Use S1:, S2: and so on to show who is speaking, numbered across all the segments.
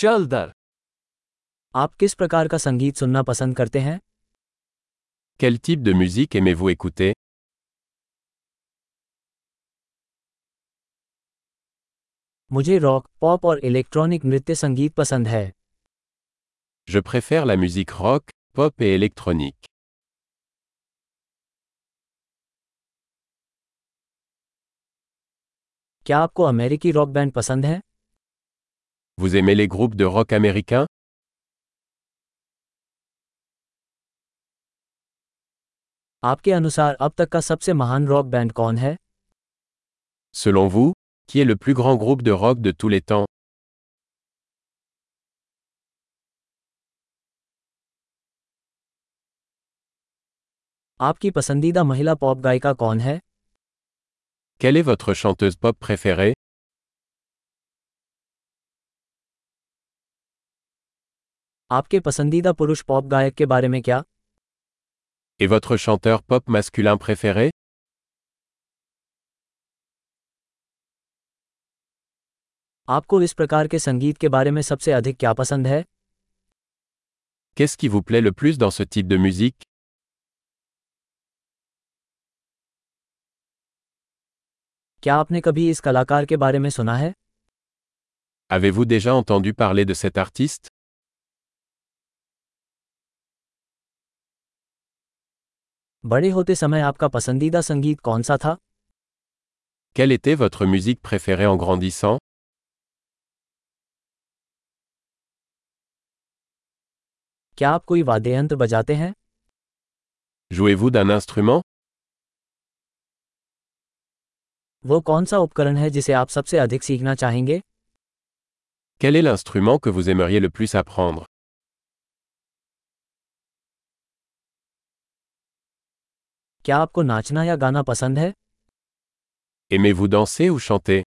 S1: चल दर
S2: आप किस प्रकार का संगीत सुनना पसंद करते हैं
S3: Quel type de musique aimez-vous écouter
S2: मुझे रॉक पॉप और इलेक्ट्रॉनिक नृत्य संगीत पसंद है
S3: Je préfère la musique rock, pop et électronique.
S2: क्या आपको अमेरिकी रॉक बैंड पसंद है
S3: Vous aimez les groupes de rock américains
S2: आपके अनुसार अब तक का सबसे महान रॉक बैंड कौन है
S3: Selon vous, qui est le plus grand groupe de rock de tous les temps
S2: आपकी पसंदीदा महिला पॉप गायिका कौन है
S3: Quelle est votre chanteuse pop préférée
S2: आपके पसंदीदा पुरुष पॉप गायक के बारे में क्या
S3: Et votre chanteur pop masculin préféré
S2: आपको इस प्रकार के संगीत के बारे में सबसे अधिक क्या पसंद है
S3: Qu'est-ce qui vous plaît le plus dans ce type de musique
S2: क्या आपने कभी इस कलाकार के बारे में सुना है
S3: Avez-vous déjà entendu parler de cet artiste
S2: बड़े होते समय आपका पसंदीदा संगीत कौन सा था
S3: Quelle était votre musique préférée en grandissant
S2: क्या आप कोई वाद्य यंत्र बजाते हैं
S3: Jouez-vous d'un instrument
S2: वो कौन सा उपकरण है जिसे आप सबसे अधिक सीखना चाहेंगे
S3: Quel est l'instrument que vous aimeriez le plus apprendre
S2: क्या आपको नाचना या गाना पसंद है
S3: Aimez-vous danser ou chanter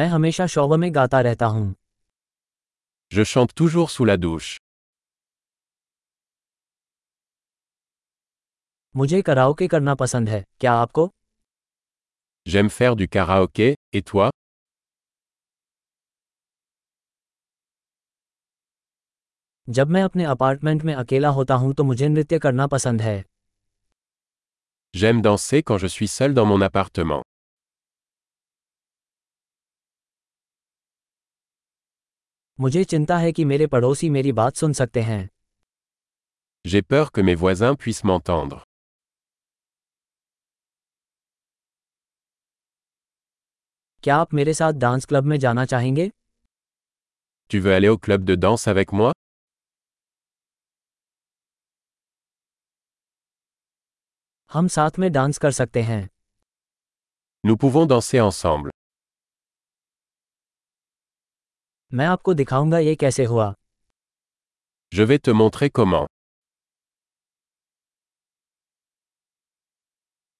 S2: मैं हमेशा शौव में गाता रहता हूँ
S3: Je chante toujours sous la douche.
S2: मुझे कराओके करना पसंद है क्या आपको
S3: J'aime faire du karaoké, et toi
S2: जब मैं अपने अपार्टमेंट में अकेला होता हूँ तो मुझे नृत्य करना पसंद है
S3: J'aime danser quand je suis seul dans mon appartement.
S2: मुझे चिंता है कि मेरे पड़ोसी मेरी बात सुन सकते हैं
S3: J'ai peur que mes voisins puissent m'entendre.
S2: क्या आप मेरे साथ डांस क्लब में जाना चाहेंगे
S3: Tu veux aller au club de danse avec moi
S2: हम साथ में डांस कर सकते हैं
S3: Nous pouvons danser ensemble.
S2: मैं आपको दिखाऊंगा ये कैसे हुआ
S3: Je vais te montrer comment.